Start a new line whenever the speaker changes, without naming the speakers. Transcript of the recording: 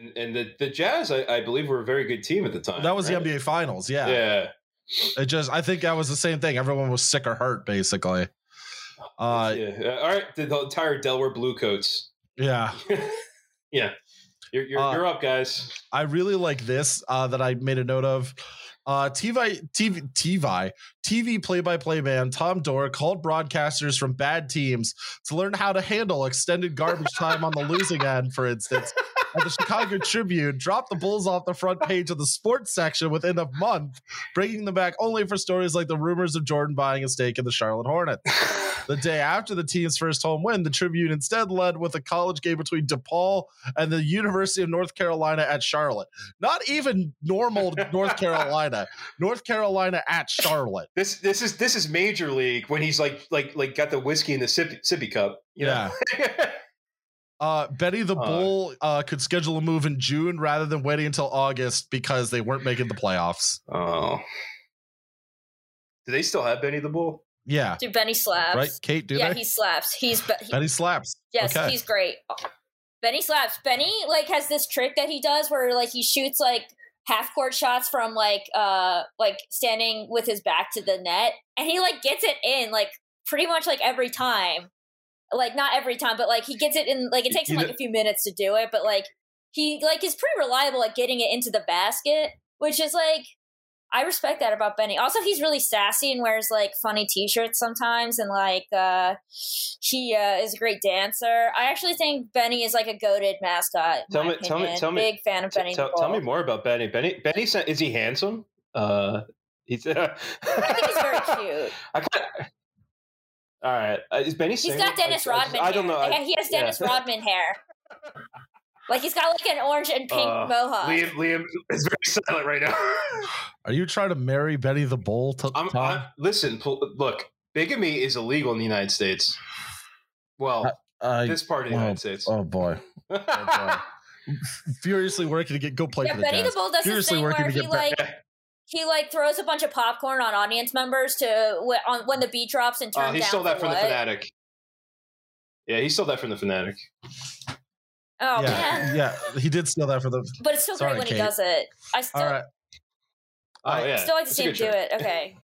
And, and the, the Jazz, I, I believe, were a very good team at the time.
That was
right?
the NBA Finals. Yeah.
Yeah.
It just, I think that was the same thing. Everyone was sick or hurt, basically. Uh,
yeah. All right. The, the entire Delaware Bluecoats.
yeah.
yeah. You're, you're,
Uh,
you're up, guys.
I really like this uh, that I made a note of. Uh, TV, TV, TV, TV play-by-play man Tom Dorr called broadcasters from bad teams to learn how to handle extended garbage time on the losing end, for instance. And the Chicago Tribune dropped the Bulls off the front page of the sports section within a month, bringing them back only for stories like the rumors of Jordan buying a stake in the Charlotte Hornets. The day after the team's first home win, the Tribune instead led with a college game between DePaul and the University of North Carolina at Charlotte. Not even normal North Carolina. North Carolina at Charlotte.
This this is this is major league when he's like like like got the whiskey in the sippy, sippy cup. You know?
Uh, Benny the
Uh.
Bull uh, could schedule a move in June rather than waiting until August because they weren't making the playoffs.
oh. Do they still have Benny the Bull?
Yeah.
Do Benny slaps?
Right, Kate, do
yeah,
they?
he slaps. He's be- he-
Benny slaps.
yes,
okay.
he's great. Benny slaps. Benny like has this trick that he does where like he shoots like half court shots from like uh like standing with his back to the net, and he like gets it in like pretty much like every time. Like not every time, but like he gets it in. Like it takes him
You
like
know-
a few minutes to do it, but like he like is pretty reliable at getting it into the basket, which is like I respect that about Benny. Also, he's really sassy and wears like funny t-shirts sometimes, and like uh, he uh, is a great dancer. I actually think Benny is like a goaded mascot. in
Tell
my
me- tell me-
opinion.
tell me-
Big fan of
T-
Benny.
tell,
Nicole.
tell me more about Benny. Benny Benny sa- is he handsome? Uh, he's. I
I think he's very cute.
I kinda, all right. Uh, is Benny?
He's got Dennis Rodman.
I, don't
hair.
know.
Like,
I,
he has
yeah.
Dennis Rodman hair. Like he's got like an orange and pink
Uh,
mohawk.
Liam Liam is very silent right now.
Are you trying to marry Benny the Bull? To,
I'm,
Tom?
I'm, listen, pl- look. Bigamy is illegal in the United States. Well,
I-
this part of the
well,
United States.
Uh, oh boy. Furiously working to get go play
yeah,
for the
Benny
Jazz.
the Bull does this
Seriously
thing
working
where
to
he
get back-
like he like throws a bunch of popcorn on audience members to wh- on when the beat drops and turns
Uh, he
down
stole that
for
from the
what?
fanatic. Yeah, he stole that from the fanatic.
Oh
yeah,
man.
yeah, he did steal that for the.
But it's still
Sorry,
great when
Kate.
he does it. I still
All right,
Oh
I-
yeah,
still like to
It's a
see him
good
do
trick.
it. Okay.